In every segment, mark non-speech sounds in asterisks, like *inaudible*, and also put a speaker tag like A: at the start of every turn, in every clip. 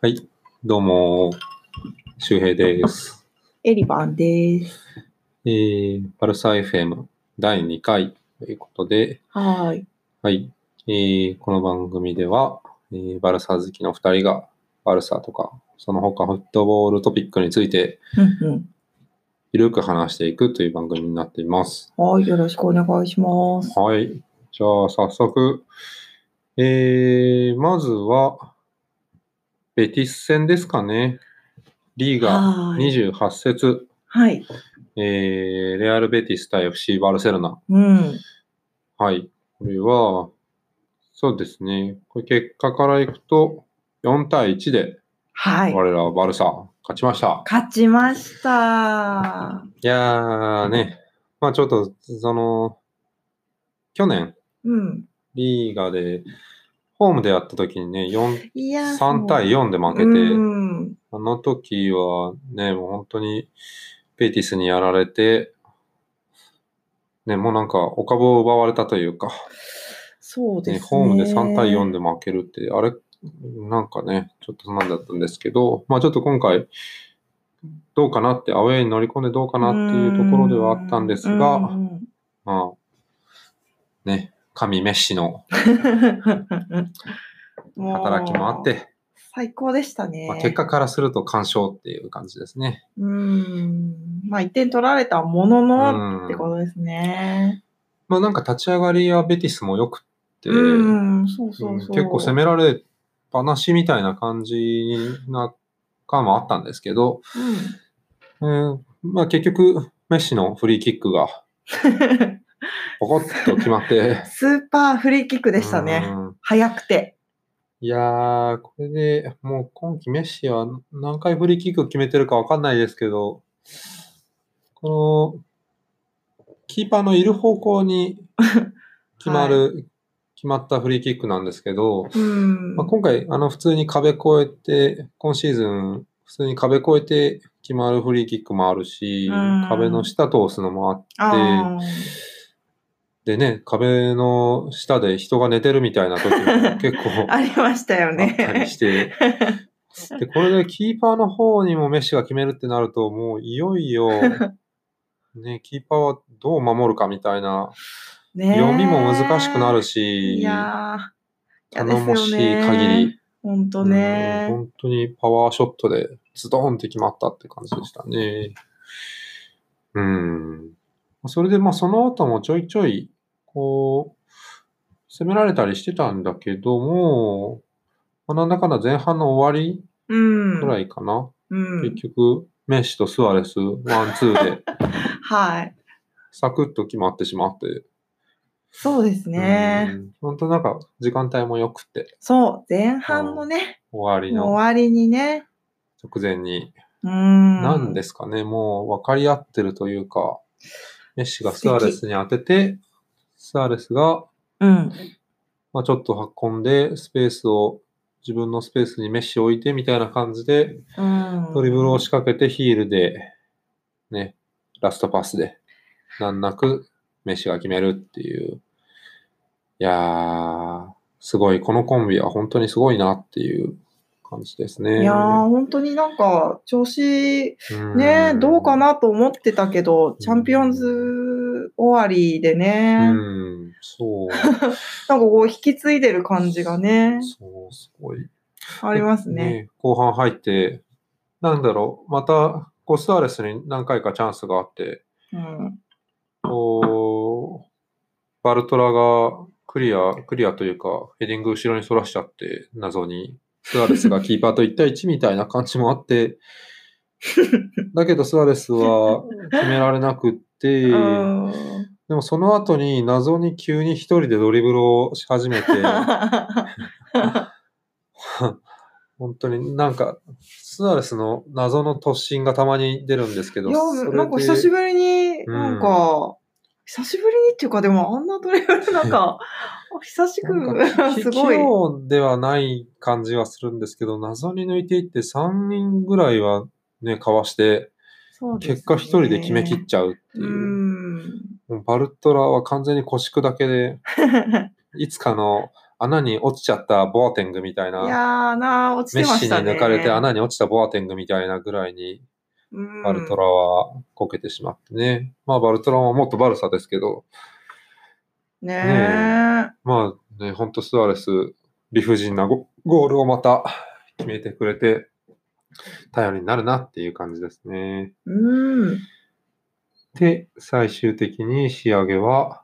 A: はい、どうも、周平です。
B: エリバンです。
A: えー、パルサ FM 第2回ということで、
B: はーい。
A: はい、えー、この番組では、えーバルサ好きの2人が、バルサとか、その他フットボールトピックについて、
B: うん
A: ゆるく話していくという番組になっています。
B: うん。はい、よろしくお願いします。
A: はい、じゃあ早速、えー、まずは、ベティス戦ですかね。リーガ
B: はーい。
A: 28節。
B: はい。
A: えーレアル・ベティス対 FC バルセロナ。
B: うん。
A: はい。これは、そうですね。これ結果からいくと、4対1で
B: はい。
A: 我らはバルサ、勝ちました。
B: 勝ちました。
A: いやーね、まあちょっと、その、去年、
B: うん。
A: リーガで、ホームでやった時にね、4
B: いや、
A: 3対4で負けて、
B: うん。
A: あの時はね、もう本当にペティスにやられて、ね、もうなんかお株を奪われたというか、
B: そう
A: ね、
B: ですね。
A: ホームで3対4で負けるって、あれ、なんかね、ちょっとなんだったんですけど、まあちょっと今回、どうかなって、アウェイに乗り込んでどうかなっていうところではあったんですが、
B: うんうんうん
A: まあ、ね、神メッシの
B: もう
A: 働きもあって、
B: 最高でしたね。
A: まあ、結果からすると完勝っていう感じですね。
B: うん。まあ、1点取られたものの
A: うん
B: ってことですね。
A: まあなんか立ち上がりはベティスも良くって、
B: うん、そうそうそう。
A: 結構攻められっぱなしみたいな感じな感もあったんですけど、うんまあ、結局、メッシのフリーキックが
B: うん。
A: ポコッと決まって。
B: スーパーフリーキック *laughs* でした
A: う
B: ね。
A: ん
B: 早くて。
A: いやー、これでもう今季メッシは何回フリーキック決めてるかわかんないですけど、このキーパーのいる方向に決まる、
B: *laughs*
A: 決まったフリーキックなんですけど、
B: うん。
A: まあ、今回、あの、普通に壁越えて、今シーズン、普通に壁越えて決まるフリーキックもあるし
B: うん、
A: 壁の下通すのもあって、
B: あー
A: でね、壁の下で人が寝てるみたいな時
B: *laughs*
A: も結構あっ
B: ありましたよ
A: たり
B: ね *laughs*
A: し。て、で、これでキーパーの方にもメッシが決めるってなると、もういよい
B: *laughs*
A: よ、ね、キーパーはどう守るかみたいな、
B: ね
A: 読みも難しくなる
B: し。
A: し、
B: いやー。嫌です
A: 頼
B: よね
A: もしい限り、
B: ほんと
A: うん
B: ね。
A: 本当にパワーショットでズドンって決まったって感じでしたね。うん。それで、まあ、その後もちょいちょい、こう、攻められたりしてたんだけども、まあ、なんだかんだ前半の終わり
B: うん。
A: ぐらいかな。
B: うん。
A: 結局、メッシとスアレス、ワン、ツー
B: *laughs*
A: で、
B: はい。
A: サクッと決まってしまって。
B: そうです
A: う
B: ね。
A: ん。本当なんか、時間帯も良くて、
B: そう。前半のね、
A: 終わり
B: 終
A: の
B: わりにね。
A: 直前に
B: うん。
A: なんですすかね、もう分かり合ってるというか、メッシがスアレスに当てて、スアレスが、
B: うん。
A: まあ、ちょっと運んで、スペースを、自分のスペースにメッシを置いてみたいな感じで、
B: うん。
A: ドリブルを仕掛けてヒールで、ね、ラストパスで、難なくメッシが決めるっていう。いやー、すごい、このコンビは本当にすごいなっていう感じですね。
B: いやー、本当になんか、調子
A: うん
B: ねどうかなと思ってたけど、チャンピオンズ終わりでね、なんか
A: うん、そう。
B: こう引き継いでる感じがね、
A: そう、すごい。
B: ありますね。
A: ね後半入って、なんだろう、また、こうスアレスに何回かチャンスがあって、
B: うん。
A: こう、バルトラがクリア、クリアというか、ヘディング後ろに反らしちゃって、謎に、スアレスがキーパーと1対1みたいな感じもあ *laughs* って、だけどスアレスは決められなく *laughs* って、
B: うん
A: でもその後に謎に急に一人でドリブルをし始 *laughs*
B: *laughs*
A: めて、本当になんか、スアレスの謎の突進がたまに出るんですけど、
B: いや、
A: それで
B: なんか久しぶりに、
A: うん
B: なんか、久しぶりにっていうか、でもあんなドリブルな
A: *laughs*
B: んか、久しく
A: なん、か
B: *laughs* すごい
A: 器。用ではない感じはするんですけど、謎に抜いていって3人ぐらいはね、かわして、
B: そうですね
A: 結果一人で決めきっちゃうっていうう。
B: ん。 *laughs*
A: もうバルトラは完全に腰砕けで、いつかの穴に落ちちゃったボアテングみたい
B: い
A: な、
B: やーなー、落ち
A: メッ
B: てま
A: シ
B: し
A: に
B: たね。
A: 抜かれて穴に落ちたボアテングみたいなぐらいに、
B: うん、
A: バルトラはこけてしまってね。まあ、バルトラももっとバルサですけど、
B: ね
A: ね
B: え。
A: まあね、ほんとスアレス、理不尽なゴゴールをまた決めてくれて、頼りになるなっていう感じですね。
B: うん。
A: で、最終的に仕上げは、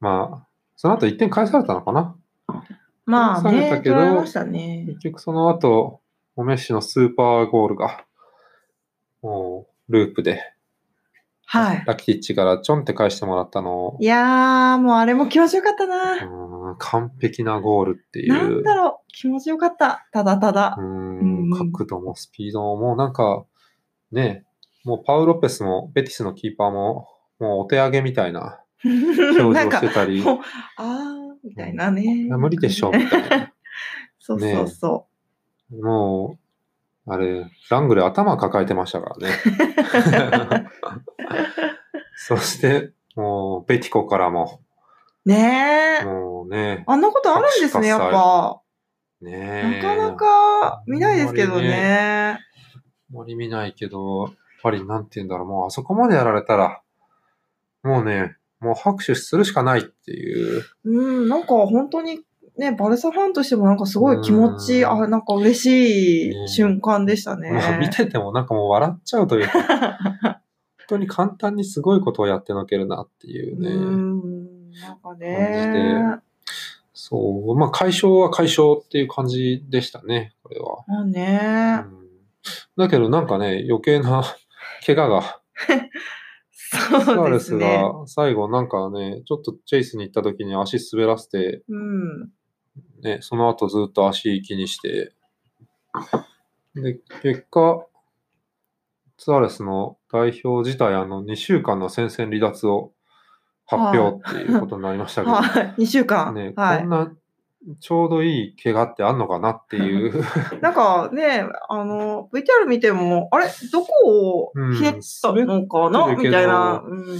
A: まあ、その後1点返されたのかな
B: まあ
A: 下げ
B: ね
A: た、け
B: 取
A: ど
B: られましたね。
A: 結局その後、おメッシのスーパーゴールが、もう、ループで、
B: はい。
A: ラキティッチからちょんって返してもらったのを
B: い、やー、もうあれも気持ちよかった
A: う
B: な。
A: ーん完璧なゴールっていう。
B: なんだろう、気持ちよかった。ただただ
A: う。
B: う
A: ん、
B: んうん
A: 角度もスピードも、もうなんか、ね、もうパウロペスも、ベティスのキーパーも、もうお手上げみたいな表情
B: な
A: し
B: んか、
A: てたり、
B: もう、あー、みたいなね。
A: いや無理でしょ、みたいな。
B: そうそうそ
A: もう、あれ、ラングレー頭抱えてましたから
B: *laughs*
A: ね。そして、もう、ベティコからも、
B: う。ねえ。
A: もうね、
B: あんなことあるんですね、やっぱ。
A: ね
B: なかなか見ないですけどね。
A: 森見ないけど、やっぱりなんて言うんだろう、もうあそこまでやられたら、もうね、もう拍手するしかないっていう。
B: うん、なんか本当にね、バルサファンとしてもなんかすごい気持ち、
A: うん
B: あ、なんか嬉しい瞬間でしたね。
A: もう見ててもなんかもう笑っちゃうという
B: *laughs*
A: か、本当に簡単にすごいことをやってのけるなっていうね。
B: うん、なんか
A: 感
B: ね。
A: そう、まあ解消は解消っていう感じでしたね、これは。
B: まあ
A: う
B: ね。
A: ん、だけどなんかね、余計
B: *laughs*
A: な怪我が、ス
B: そ
A: ア
B: うで
A: レ
B: す
A: ス
B: ね。
A: が最後なんかね、ちょっとチェイスに行った時に足滑らせて、
B: うん。
A: ね、その後ずっと足気にして、で、結果、ツアレスの代表自体、あの、2週間の戦線離脱を発表っていうことになりましたけど、
B: はい。2週間。
A: ね、
B: *laughs* は
A: こん
B: い。
A: なちょうどいい怪我ってあんのかなって
B: *laughs*
A: いう、
B: なんかね、あの、VTR 見ても、あれどこをひねったのかな、
A: うん
B: みたいな。
A: 滑
B: うん
A: 滑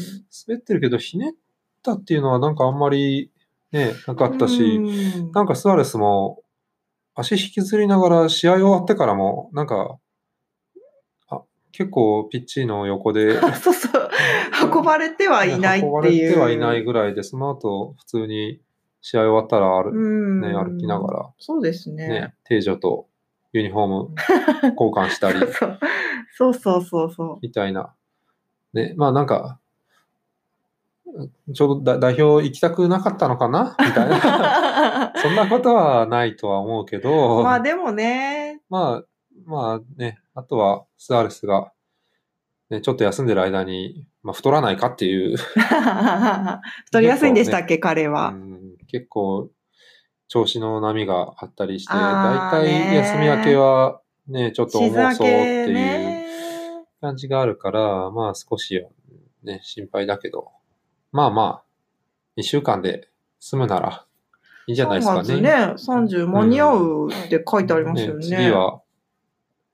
A: ってるけど、ひねったっていうのはなんかあんまりね、なかったし、
B: うん *laughs*
A: なんかスアレスも、足引きずりながら、試合終わってからも、なんか、あ結構ピッチの横で
B: そうそう。運ばれてはいない
A: 運ば
B: って
A: れ
B: いう。
A: てはいないぐらいで、その後、普通に試合終わったら歩,、
B: うん
A: ね、歩きなが
B: そうです
A: ら、
B: ね。
A: ね、定女とユニフォーム交換した
B: *laughs*
A: り、
B: そうそうそ
A: *laughs*
B: うそ。
A: みたいな。ね、まあなんか、ちょうどだ代表行きたくなかったのかなみたいう
B: *laughs*
A: な。そんなことはないとは思うけど。
B: まあで
A: *laughs*
B: もね、
A: まあ、まあね、あとはスアレスが、ね、ちょっと休んでる間に、まあ、太らないかっていう、
B: 太りやすいんでしたっけ、彼
A: う
B: は。
A: ん結構調子の波があったりして、
B: あ
A: だい
B: ー
A: たい休み明けはね、ちょっと
B: 静
A: 重そう
B: 明
A: ってい
B: け
A: う
B: ね。
A: 感じがあるから、まあ少しはね、心配だけど、まあまあ、2週間で済むならいいんじゃないですか
B: 3月ね、30間に合うって書いてありますよね。
A: 次は、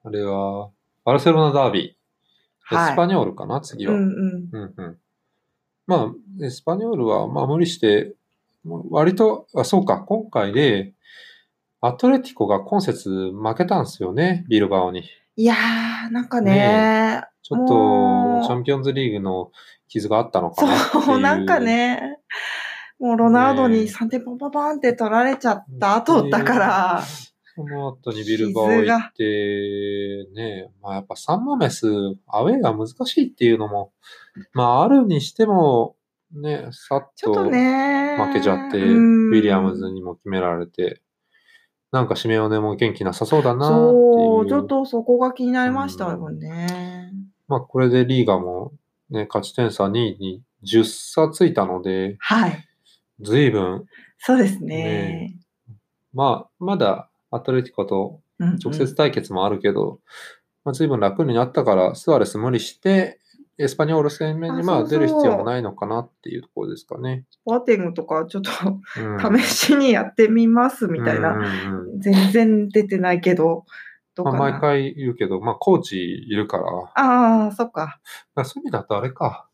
A: あれは、バルセロナダービー。
B: はい
A: エスパニョールかな、次
B: う
A: は。
B: ん
A: うん
B: うん。
A: うんまあ、エスパニョールは、まあ、無理して、もう割と、あ、そうか、今回で、アトレティコが今節負けたんですよね、ビルバオに。
B: いやー、なんかね
A: ねちょっ
B: もう
A: と、チャンピオンズリーグの傷があったのかなっていう。
B: そう、なんかね、もうロナウドに3点パンパンパンって取られちゃった後だから、
A: その後にビルバオ行って、ね、まあやっぱサンマメス、アウェイが難しいっていうのも、まああるにしても、ね、さっ
B: ちょ
A: と
B: っ
A: 負
B: とね。
A: けちゃって、
B: うん
A: ウィリアムズにも決められて、なんかシメオネも元気なさそうだなっていう。
B: そう、ちょっとそこが気になりましたよね。
A: まあこれでリーガも、ね、勝ち点差2位に10差ついたので、
B: はい。
A: 随分、
B: そうです
A: ね。
B: ね
A: まあまだアトレティコと
B: うんうん
A: 直接対決もあるけど、まあ、随分楽になったから、スアレス無理して、エスパニョール戦面に
B: あ
A: ま
B: そ
A: あ
B: うそ
A: 出
B: う
A: る必要もないのかなっていうところですかね。
B: ボアティングとかちょっと
A: うん
B: 試しにやってみますみたいな。
A: うんうんうん
B: 全然出てないけど、どう
A: ま
B: か
A: あ、
B: な。
A: 毎回言うけど、まあ、コーチいるから、だか
B: ああ、そっか。
A: らそういう意味だとあれか、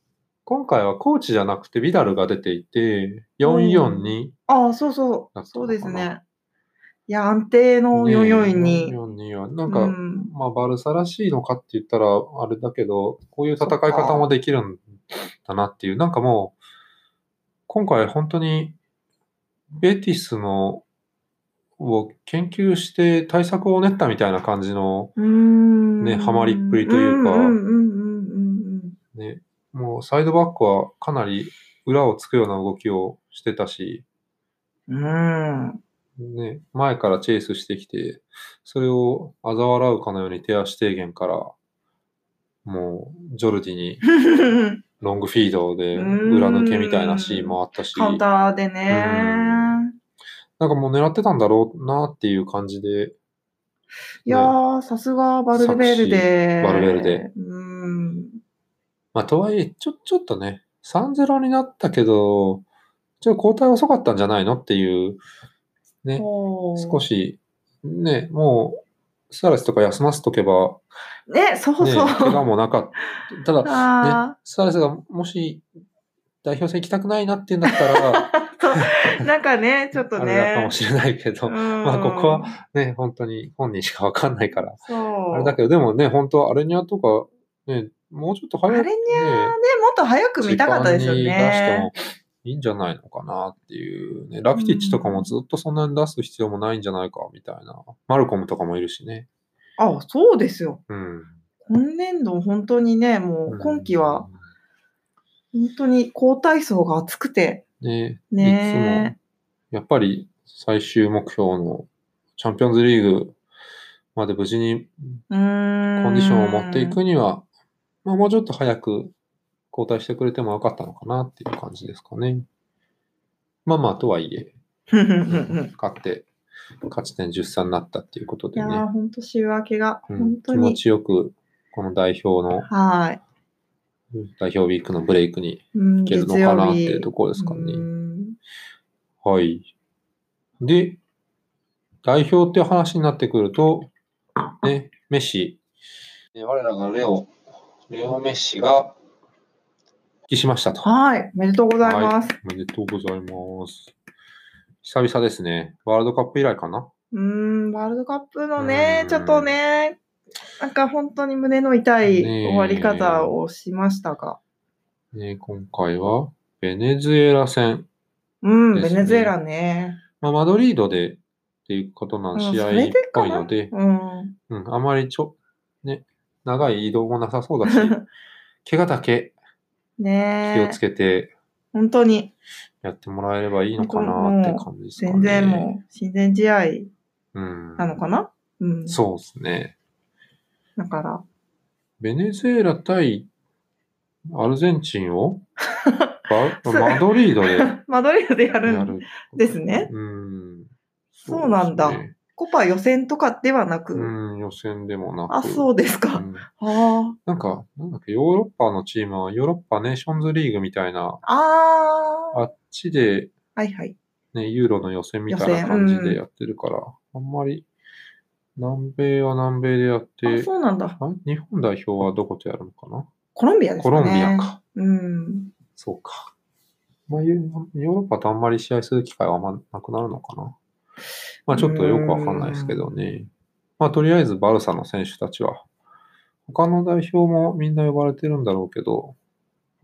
A: 今回はコーチじゃなくてビダルが出ていて、4-4に
B: ああ、そうそ
A: なったのかな
B: う。そうですね。いや、安定の44に。
A: 4-4は、なん
B: う
A: か、
B: ん、
A: まあ、バルサらしいのかって言ったら、あれだけど、こういう戦い方もできるんだなっていう、なんかもう、今回本当に、ベティスの、を研究して対策を練ったみたいな感じの、
B: うーん
A: ねハマりっぷりというか
B: うんうんうんうん
A: ね、もうサイドバックはかなり裏をつくような動きをしてたし、
B: うんうん。うん。
A: ね、前からチェイスしてきて、それを嘲笑うかのように手足低減から、もう、ジョルディにロングフィードで裏抜けみたいなシーンもあったし、
B: カウ
A: な
B: ン
A: んか
B: ターでね。
A: もう狙ってたんだろうなっていう感じで、
B: いやー、さすがバルベルデ。
A: バルベルデ。
B: うん。
A: まあ、とはいえ、ちょ、ちょっとね、3-0になったけど、ちょっと交代遅かったんじゃないのっていう、ね、少
B: 少。
A: し、ね、もう、スアレスとか休ませとけば、
B: ね、そう
A: ね、
B: そう。
A: 怪我もなかった。ただ、
B: あ
A: ね、スアレスがもし代表戦行きたくないなっていうんだったら、
B: あ、 *laughs* そうなんかね、ちょっと
A: あ
B: ね。
A: れだかもしれないけど、
B: ま
A: まあここは。ね、本当に本人しかわかんないから。
B: そう。
A: あれだけど、でもね、本当アレニアとか、ね、もうちょっと
B: あ
A: 早
B: れ
A: く、
B: に
A: ね、
B: ゃーね、もっと早く見たかったですよ
A: 時間に出して
B: ね
A: も。いいんじゃないのかなっていうね。ラピティッチとかもずっとそんなに出す必要もないんじゃないか、みたいな。マルコムとかもいるしね。
B: あ、そうですよ。
A: うん。
B: 今年度、本当にね、もう今季は、本当に高体操が厚くて、
A: ね、いつも
B: ね。
A: やっぱり最終目標のチャンピオンズリーグまで無事に
B: うーん。
A: コンディションを持っていくには、まあ、もうちょっと早く交代してくれてもよかったのかなっていう感じですかね。まあまあ、とはいえ、
B: ふんふんふんふん。
A: 勝って、勝ち点13になったっていうこと
B: *laughs* い
A: で
B: や
A: ね
B: ー、、ほんと週明けが、
A: う
B: 本
A: ん、
B: 当
A: 気持
B: に。
A: ちよく、この代表の、
B: はい。
A: 代表ウィークのブレイクに
B: うん
A: いけるのかなっていうところですか
B: う
A: ね。
B: ん
A: はい。で、代表っていう話になってくると、ね、メッシ、ね、我らがレオ、レオメッシが、復帰しましたと。
B: はい。おめでとうございます。
A: おめでとうございます。久々ですね。ワールドカップ以来かな
B: うーん、ワールドカップのね
A: う、ん
B: ちょっとね、なんか本当に胸の痛い
A: ねえ
B: 終わり方をしましたが。
A: ね今回は、ベネズエラ戦。
B: うん、
A: です
B: ベ
A: ね
B: ネズエラね。
A: まあ、マドリードでっていうことな
B: うんん
A: 試合
B: それ
A: っ
B: でか
A: ぽい
B: な
A: ので、
B: うん。
A: うん、あまりちょ、ね、長い移動もなさそうだ
B: *laughs*
A: し、怪我だけ気を
B: ね
A: つ
B: え。
A: けて
B: 本当に、
A: やってもらえればいいのかなって感じですかね。
B: 全然もう、親善試合
A: う、ん、
B: なのかなうん。
A: そうですね。
B: だから、
A: ベネズエラ対アルゼンチン
B: *laughs*
A: を
B: そ
A: バ
B: れ
A: マドリードでや
B: マドリードでやるん
A: る。
B: ですね。
A: うん。
B: そうなんだ
A: ですね
B: コパ予選とかではなく、
A: うん、予選でもなく。
B: あ、そうですか。
A: うん
B: あ
A: なんか、なんだっけ、ヨーロッパのチームはヨーロッパネーションズリーグみたいな、
B: あ。ああ。
A: あっちで、
B: はいはい。
A: ね、ユーロの予選みたいな感じでやってるから、あんまり、南米は南米でやって
B: あ、、そうなんだ。
A: あ日本代表はどことやるのかな
B: コロンビアです
A: コ
B: ね。
A: ロンビアか。
B: うん。
A: そうか。まあ、ヨーヨーロッパとあんまり試合する機会はあんまなくなるのかな。まあ、ちょっとよくわかんないですけどね。まあ、とりあえずバルサの選手たちは、他の代表もみんな呼ばれてるんだろうけど、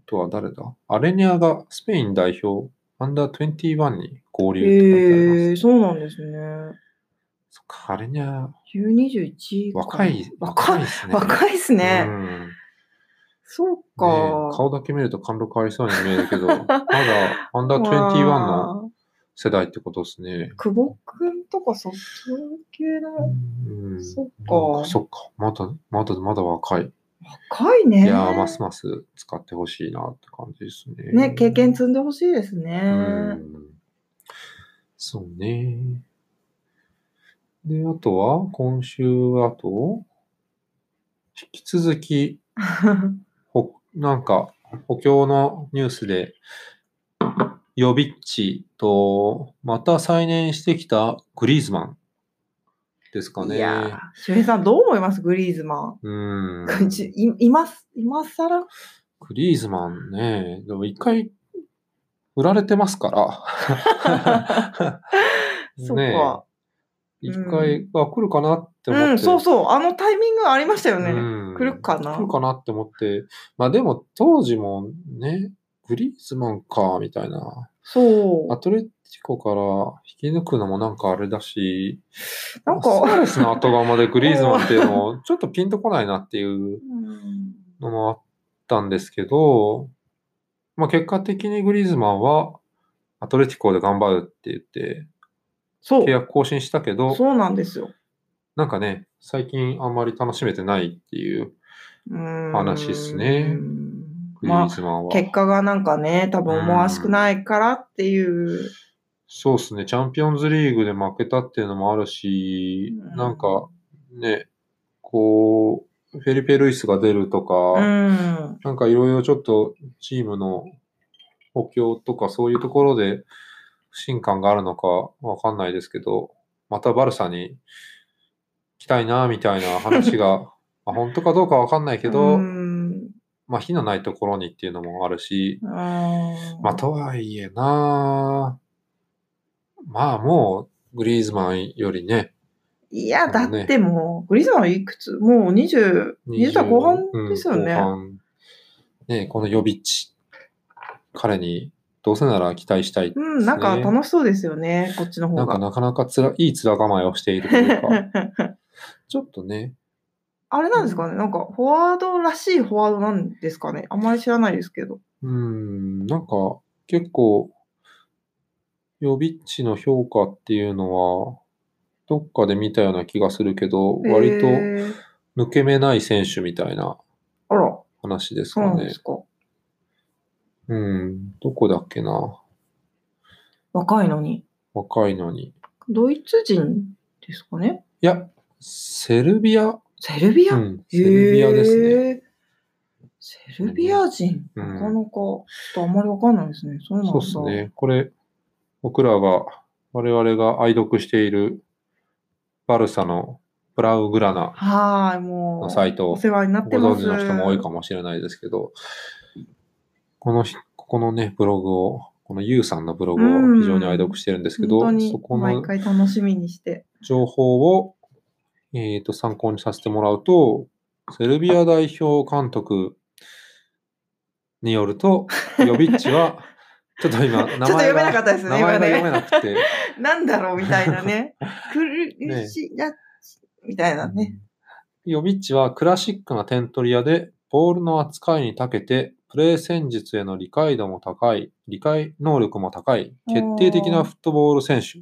A: あとは誰だアレニアがスペイン代表、アンダー21に合流って書いてあります。
B: へえ、そうなんですね。
A: そっか、アレニア、
B: U21 か。
A: 若い、
B: 若
A: い
B: い。
A: ですね。
B: 若いですね
A: う。ん
B: そう
A: ねえ
B: か。
A: 顔だけ見ると貫禄ありそうに見える
B: *laughs*
A: けど、まだアンダー21の
B: の。
A: 世代ってことですね。
B: 久保くんとかそっち系の
A: うん
B: そっか
A: なんそっか。まだ、まだ、まだ若い。
B: 若いね。
A: いやー、ますます使ってほしいなって感じですね。
B: ね、経験積んでほしいです
A: う
B: ね。
A: ん。そうね。で、あとは、今週あと、引き続き、ほなんか、補強のニュースで、ヨビッチと、また再燃してきたグリーズマンですかね。
B: いやー、周平さんどう思いますグリーズマン。
A: うん。
B: いいます、今更
A: グリーズマンね、でも一回、売られてますから。
B: *laughs* そっ
A: ね
B: か。
A: え一回、あ、来るかなって思って。
B: うん、そうそう。あのタイミングありましたよね。
A: うん
B: 来るかな
A: 来るかなって思って。まあでも、当時もね、グリーズマンか、みたいな。
B: そう。
A: アトレティコから引き抜くのもなんかあれだし、
B: なん
A: まあスア
B: か、
A: レス
B: *laughs*
A: の後釜でグリーズマンっていうのも、ちょっとピンとこないなっていう
B: うん
A: のもあったんですけど、まあ結果的にグリーズマンは、アトレティコで頑張るって言って、
B: そ
A: 契
B: う。
A: 約更新したけど、
B: そうなんですよ。
A: なんかね、最近あんまり楽しめてないっていう、話
B: 話
A: っすね。グリ
B: ま
A: ー
B: あ、
A: ズマンは。
B: 結果がなんかね、多分思わしくないからっていう。
A: そうですね、チャンピオンズリーグで負けたっていうのもあるし、
B: うん
A: なんかね、こう、フェリペ・ルイスが出るとか、
B: うん。
A: なんかいろいろちょっとチームの補強とかそういうところで不信感があるのかわかんないですけど、またバルサに来たいなみたいな話
B: *laughs*
A: が、まあ本当かどうかわかんないけど、
B: うん。
A: まあ火のないところにっていうのもあるし、ま
B: ま
A: あ、とはいえなまあもう、グリーズマンよりね、
B: いや、だ
A: あのね
B: ってもう、グリーズマンはいくつもう20、20代後半ですよね。
A: うん後半ねこのヨビッチ。彼に、どうせなら期待したいですね、
B: うん、なんか楽しそうですよね、こっちの方
A: なんか
B: が。
A: なかなかつら、いい面構えをしているという
B: *laughs*
A: か、ちょっとね、
B: あれなんですかねなんか、フォワードらしいフォワードなんですかねあんまり知らないですけど。
A: うん、なんか結構、ヨビッチの評価っていうのは、どっかで見たような気がするけど、割と
B: へー
A: 抜け目ない選手みたいな
B: あら、
A: 話です
B: そう
A: か
B: なん
A: ね
B: です。か。
A: うん、どこだっけな。
B: 若いのに。
A: 若いのに。い
B: ドイツ人ですかね
A: や、セルビア
B: セルビア、
A: うん、セルビアですね。
B: ね。セルビア人、
A: うん
B: なかなか、ちょっとあんまりわかんないですね。そうなんだ。
A: そうですね。これ、僕らが、我々が愛読している、バルサのブラウグラナ
B: はーい、も
A: の
B: う、
A: サイト
B: お
A: を
B: 世話になっ
A: ご
B: てま
A: 存
B: す。
A: 知の人も多いかもしれないですけど、このひ、ここのね、ブログを、このユウさんのブログ
B: う
A: を
B: ん
A: 非常に愛読してるんですけど、
B: 本当に
A: そこ
B: 毎
A: の
B: 回楽しみ
A: *laughs*
B: にして。
A: 情報を、えー、と参考にさせてもらうと、セルビア代表監督によると、ヨビッチは、 *laughs* ちょっと今、名前が
B: ちょっと読めなかったですね
A: 名前が
B: 今ね
A: 読めなくて。
B: なんだろうみたい
A: *laughs*
B: なね。苦
A: ね
B: しいや、みたい *laughs* なね。
A: ヨビッチはクラシックな点取り屋で、ボールの扱いに長けて、プレー戦術への理解度も高い、理解能力も高い、決定的なフットボール選手。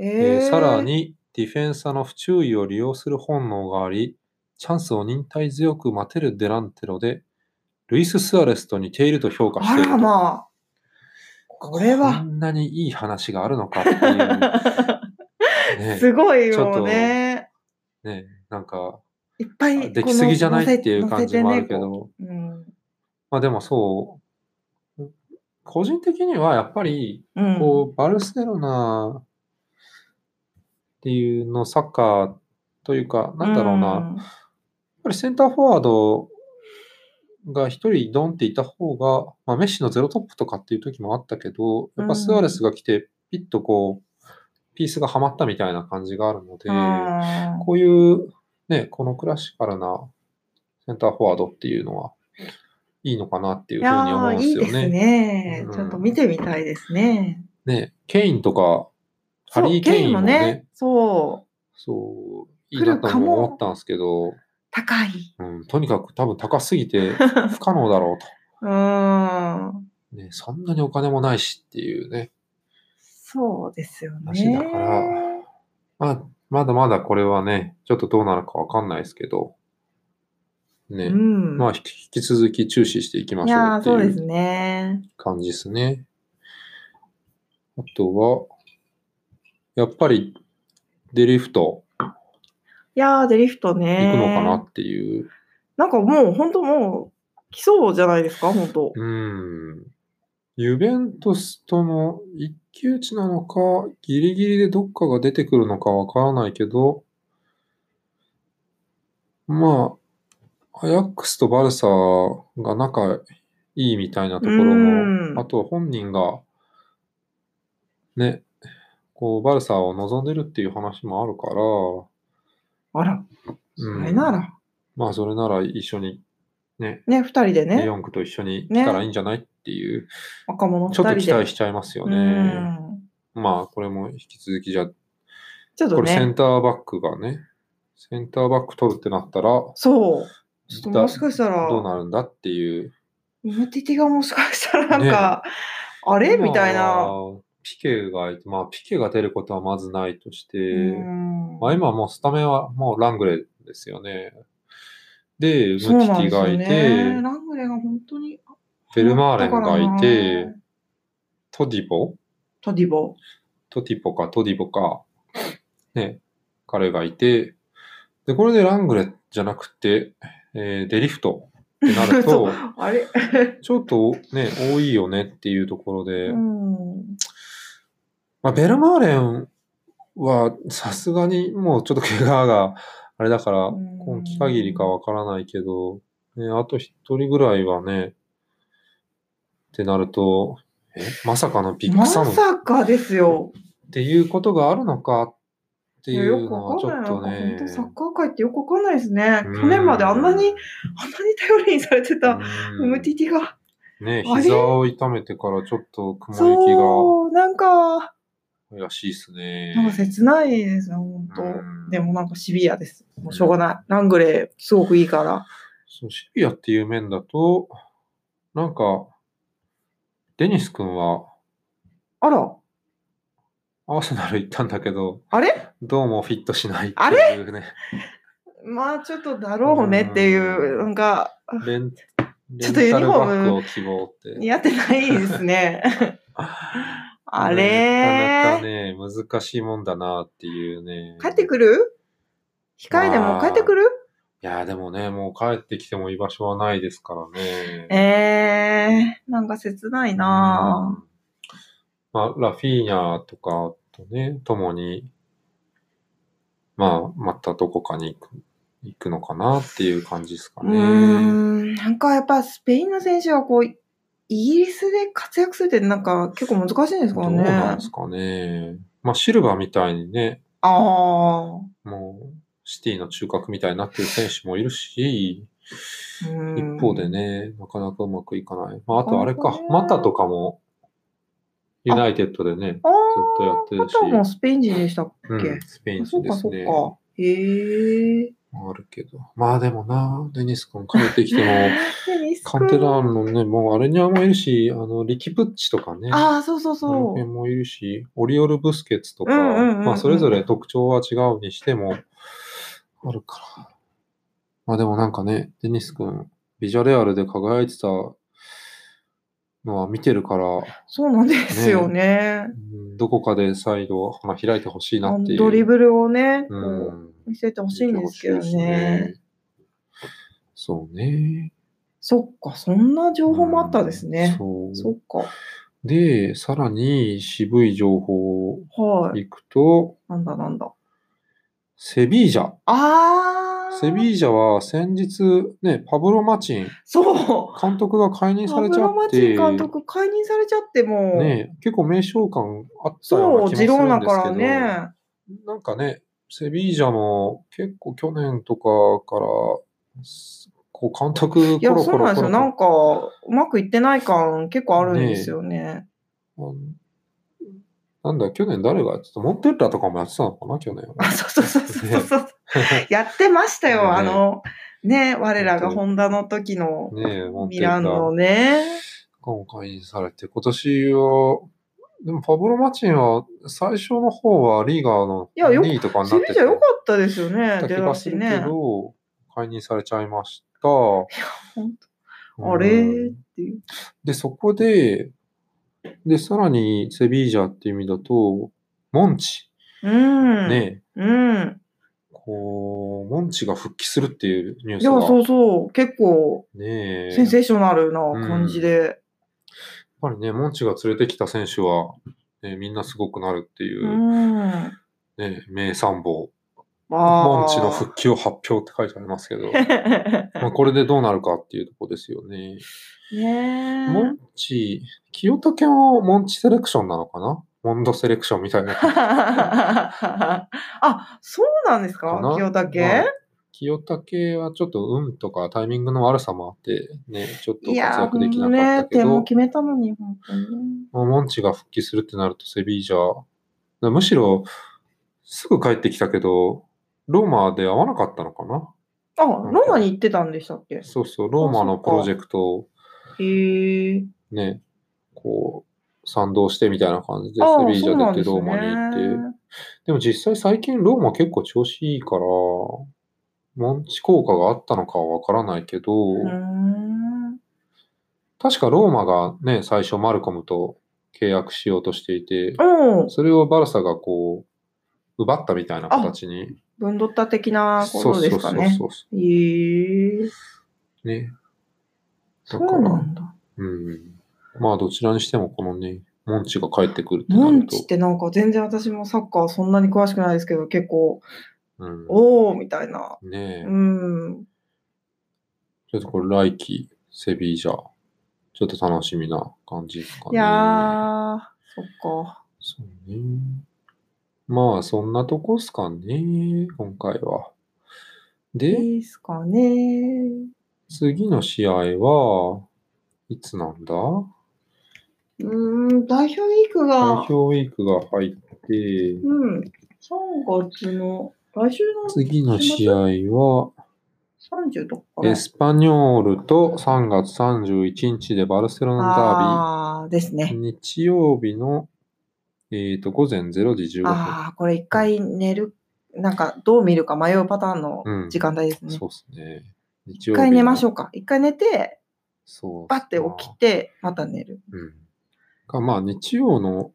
A: えーさらに、ディフェンサーの不注意を利用する本能があり、チャンスを忍耐強く待てるデランテロで、ルイス・スアレスと似ていると評価し
B: あ
A: ている
B: ら
A: と。
B: まあ。これ
A: こ
B: は、
A: んなにいい話があるのかって
B: *laughs*
A: いう、ね
B: すごい
A: ちょっ
B: よ
A: と
B: ね。
A: ね、なんか、
B: いっぱい
A: できすぎじゃないっていう
B: この
A: 感じもあるけ。
B: 乗せ
A: ど、
B: 乗せてねこ
A: まあでもそう、個人的にはやっぱり、
B: ううん。うん
A: こう、バルセロナっていうのサッカーというか、なんだろうな、やっぱりセンターフォワードが一人ドンっていた方が、まあ、メッシのゼロトップとかっていう時もあったけど、やっぱスアレスが来て、ピッとこう、ピースがはまったみたいな感じがあるので、
B: うん
A: こういう、ね、このクラシカルなセンターフォワードっていうのは、いいのかなっていう
B: い
A: ふうに
B: や
A: 思うん
B: ー
A: で
B: いい
A: すよ
B: で
A: ね。
B: すね
A: うん。
B: ちょっと見てみたいですね。
A: ねケインとか、ハ
B: そ
A: リ
B: う、
A: ー・ケ
B: ケイ
A: イ
B: ン
A: ンも
B: も
A: ね
B: ね、、そう、
A: そう、いい
B: 来
A: な
B: る
A: と
B: かも
A: も思ったんですけど、
B: 高い。 *laughs*
A: うん、とにかく多分高すぎて不可能だろう
B: うーん。
A: と。ね、そんなにお金もないしっていうね。
B: そうですよ
A: 足
B: ね。
A: だからまあ、まだまだこれはね、ちょっとどうなるかわかんないですけど、ね、
B: うん。
A: まあ引き引き続き注視していきま
B: い
A: しょう
B: や
A: っ
B: ー
A: て
B: そう
A: い
B: で
A: う
B: すね。
A: 感じですね。あとは、やっぱりデリフト
B: いやーデリフトね。
A: 行くのかなっていう。
B: なんかもう、本当もう、来そうじゃないですか、本当
A: うん。ユベントスとの一騎打ちなのか、ギリギリでどっかが出てくるのかわからないけど、まあ、アヤックスとバルサが仲いいみたいなところ
B: う
A: も、
B: ん
A: あとは本人が、ね、こう、バルサを望んでるっていう話もあるか
B: あら、そ
A: ら、うん
B: れなら。
A: まあ、それなら一緒に、ね、
B: ね、二人で
A: デ
B: ね
A: ヨ、ングと一緒に来たらいいんじゃないっていう、
B: 若者二
A: ちょ
B: 人
A: っと
B: で。
A: 期待しちゃいますよね。
B: うん
A: まあ、これも引き続き、じゃあ、
B: ちょっと
A: これセン
B: ね、
A: ターバックがね、センターバック取るってなったら、
B: そう。ちょっと
A: だ
B: もしかしたら、
A: どうなるんだっていう。
B: MTT がもしかしたらなんか、あれみたい
A: まあ
B: な。。
A: ピケがいて、まあ、ピケが出ることはまずないとして、
B: うん
A: まあ、今もうスタメンはもうラングレーですよね。で、ムテ
B: そう
A: ィ
B: なん
A: ティ
B: ですよ
A: がいて、
B: ね。ラングレーが本当に。
A: ベルマーレンがい
B: だから
A: て
B: な、。
A: トディボ
B: トディボ。
A: トティポかトディボか、ね、彼がいて、で、これでラングレじゃなくて、えーデリフトってなる
B: *laughs* そ
A: と、
B: あれ、
A: ちょっとね、多いよねっていうところで、
B: うん、
A: まあ、ベルマーレンはさすがにもうちょっと怪我があれだから、
B: うん
A: 今季限りかわからないけど、ね、あと一人ぐらいはね、ってなると、え、まさかのピッ
B: ま
A: クサムっ
B: さかですよ。
A: ていうことがあるのかって
B: いや
A: い
B: よ
A: う
B: く
A: のは
B: わ
A: ち
B: かん
A: ょ
B: な
A: っ
B: いなん
A: と
B: か本当サッ
A: ね。
B: カー界ってよくわかんないですね。
A: うん
B: 去年まであんなに、あんなに頼りにされてた
A: うん
B: MTT が。
A: ね、
B: あれ
A: 膝を痛めてからちょっと雲行
B: そう、なんか、
A: きが怪しいですね。
B: なんか切ないですよ、本
A: うん
B: 当。でもなんかシビアです。もうしょうがない。ラングレー、すごくいいから。
A: そう、シビアっていう面だと、なんか、デニス君は
B: あら、
A: アーセナル行ったんだけど、
B: あれ
A: どうもフィットしないっていうね。
B: まあちょっとだろうねっていうう、
A: ん
B: なんか、
A: レン
B: ちょっとユニ
A: レンタル
B: フォーム
A: バッグを希望って。 *laughs*
B: 似合ってないですね。あ
A: なかなか
B: れ
A: ね、難しいもんだなっていうね。
B: 帰って
A: る
B: くる控えで
A: ま
B: も
A: あ
B: 帰ってくる
A: いや、でもね、もう帰ってきても居場所はないですからね。
B: えー、なんか切ないなぁ。
A: うんまあ、ラフィーニャとかとね、共に、まあ、またどこかに行く行くのかなっていう感じですか
B: う
A: ね。
B: ーん、なんかやっぱスペインの選手はこう、イギリスで活躍するってなんか結構難しいんですか
A: どう
B: らね。
A: なん
B: あ
A: ですかね。まあ、シルバーみたいにね、
B: あ
A: もう、シティの中核みたいになってる選手もいるし、
B: ー。うん
A: 一方で。ね、なかなかうまくいかない。まあ、あとあれ
B: な
A: か
B: かなかね、
A: マタとかも、ユナイテッドでね、
B: あ
A: ずっとやって
B: あ、
A: る
B: あとも
A: し、
B: スペイン人でしたっけ、
A: うん、スペイン
B: あ
A: 人
B: そう
A: で
B: か
A: す
B: そう
A: ね。
B: か。へえ。
A: あるけど。まあでもな、デニス君帰ってきても、
B: *laughs* でミス
A: カンテラーのね、もうアレニアもいるし、あの、リキプッチとかね、
B: ああ、そうそう
A: その
B: そう。
A: 辺もいるし、オリオル・ブスケツとか、
B: うんうんうんうん
A: まあそれぞれ特徴は違うにしても、あるから。まあでもなんかね、デニス君、ビジャレアルで輝いてたのは見てるから、
B: そうなんですよね。
A: うんどこかで再度花開いてほしいな
B: あの
A: っていう。
B: ドリブルをね、こ
A: う。
B: うん見せてほしいんですけど
A: 見てほしい
B: ね。
A: ですね。そうね。
B: そっか、そんな情報もあったですね。
A: うん
B: そ
A: そ
B: っ
A: う
B: か。
A: で、さらに渋い情報
B: はい。
A: いくと、
B: なんだなんだ。
A: セビージャ。
B: あー。
A: セビージャは先日、ね、パブロ・マチン、
B: そう。
A: 監督が解任さ
B: パ
A: れ
B: ブ
A: ちゃ
B: ロマ
A: っ
B: チ
A: て、
B: ン監督解任されちゃってもう、
A: ね、結構名称感あったよう
B: そ
A: な
B: う、
A: 気も
B: ジ
A: す
B: ロー
A: るん
B: ナ
A: で
B: か
A: すけ
B: ら
A: ど、
B: ね。
A: なんかね、セビージャも結構去年とかから、こう監督
B: い
A: コロ
B: や、
A: コ
B: そう
A: ロ
B: なんで
A: コ
B: す
A: ロ
B: よ。なんか、うまくいってない感結構あるんですよね。
A: コロ、なんだ、去年誰がやってたモンテッラとかもやってたのかな、去年。
B: *laughs* あ、そうそうそうそうそう。やってましたよ、
A: ね
B: あの、ね、我らが
A: 本当
B: ホンダの時の
A: ねえ、モンテ
B: ミ
A: ッラ
B: ランのね。
A: 今回引されて、今年は、でもパブロ・マチンは最初の方はリーガーの
B: いやよ
A: 2位とかにな
B: セ
A: っ
B: ビ
A: て
B: ー
A: て
B: ジャ良かったですよね、
A: 気
B: 出
A: が
B: だ
A: す
B: し
A: る
B: ね
A: け。ど、解任されちゃいました。
B: 本
A: うん
B: あれっていう。
A: で、そこで、で、さらにセビージャっていう意味だと、モンチ。
B: うん。
A: ね、
B: うん。
A: こう、モンチが復帰するっていうニュー
B: い
A: ス
B: や、そ
A: が。
B: うそう。結構、
A: ねえ。
B: センセーショナルな感じで。
A: やっぱりね、モンチが連れてきた選手は、ね、みんなすごくなるっていうう、
B: ん。
A: ね、名参謀。モンチの復帰を発表って書いてありますけど、まあこれでどうなるかっていうとこですよね。
B: *laughs* ね
A: モンチ、清武もモンチセレクションなのかなモンドセレクションみたいな。
B: あ、そうなんですか
A: かな
B: 清
A: まあ
B: 武
A: 清武はちょっと運とかタイミングの悪さもあって、ね、ちょっと活
B: いやー、
A: 躍できな
B: ほんと
A: かった
B: ね、
A: け
B: 点
A: ど
B: も、決めたのに、本当に。
A: まあ、モンチが復帰するってなるとセビージャ、むしろすぐ帰ってきたけど、ローマで会わなかったのかな
B: あ、ローマに行ってたんでしたっけへ
A: そうそう、ローマのプロジェクトを
B: ー。
A: ね、こう、賛同してみたいな感じで、セ
B: あー
A: ビージ
B: そう
A: ャ
B: なん
A: 出て
B: です
A: ロ
B: ね
A: ーマに行って。でも実際最近ローマ結構調子いいから、モンチ効果があったのかはわからないけど、
B: うーん。
A: 確かローマがね、最初マルコムと契約しようとしていて、
B: うん。
A: それをバルサがこう、奪ったみたいな形に。
B: 分取った的なこ
A: そうそ
B: と
A: う
B: で
A: そ
B: す
A: うそ
B: か
A: う
B: ね。へー。
A: ね。だ
B: そ
A: か
B: うな
A: ら、
B: んだ。
A: うん。まあどちらにしてもこのね、モンチが帰ってくるってな
B: モ
A: る
B: ン
A: と
B: チっ。てなんか全然私もサッカーそんなに詳しくないですけど、結構、
A: うん、
B: おーみたいな。
A: ねえ。
B: うん。
A: ちょっとこれ来季、セビージャ。ちょっと楽しみな感じですかね。
B: いやー、そっか。
A: そうね。まあそんなとこっすかね、今回は。で、
B: ですかね。
A: 次の試合はいつなんだ
B: うーん、代表ウィーク
A: 代
B: が
A: 表、ウィークが入って、
B: うん、3月の、来週の
A: 次の試合は
B: 30とかかな
A: エスパニョールと3月31日でバルセロナ
B: あーです
A: ダービー。
B: ね。
A: 日曜日の、えー、と午前0時15分。
B: あー、これ一回寝る、なんかどう見るか迷うパターンの
A: うん
B: 時間帯ですね。
A: そうですね。日
B: 一回寝ましょ
A: う。
B: うか。一回寝て、
A: そう。
B: バッて起きて、また寝る。
A: うん。かまあ日曜の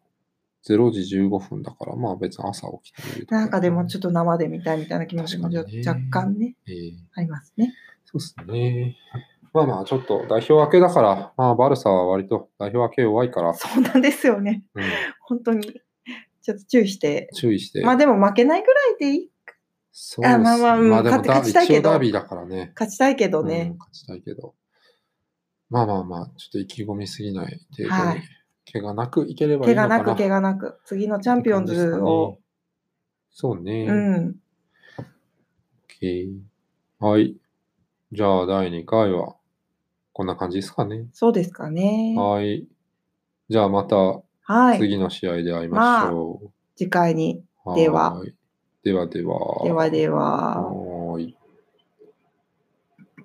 A: 0時15分だから、まあ別に朝起きてみると
B: なんかでもち
A: ょ
B: ょ
A: っ
B: っと生で見たいみたいな気持ちも
A: 確かにね
B: 若干ね、
A: と。えー
B: ありますね。
A: そうですね。まあまあ、ちょっと代表明けだから、まあ、バルサは割と代表明け弱いから、
B: そうなんですよね。
A: うん、
B: 本当に。ちょっと注意して。
A: 注意して。
B: まあでも負けないぐらいでいい。
A: そうです
B: あまあまあうん
A: まあでも
B: 勝勝ちたい
A: 一
B: けど
A: 応ダービーだからね。
B: 勝ちたいけど
A: うん
B: ね。
A: 勝ちたいけど。まあまあまあ、ちょっと意気込みすぎない程度に、
B: はい
A: 怪我なくいければいい
B: 怪
A: のか
B: 我
A: な。
B: なく、怪我なく。次のチャンピオンズを。
A: そうね。
B: うん。
A: OK はい。じゃあ、第2回は、こんな感じですかね。
B: そうですかね。
A: はい。じゃあ、また
B: はい。
A: 次の試合で会いましょう。
B: 次回に。では
A: ーい。ではでは。
B: ではでは。
A: はーい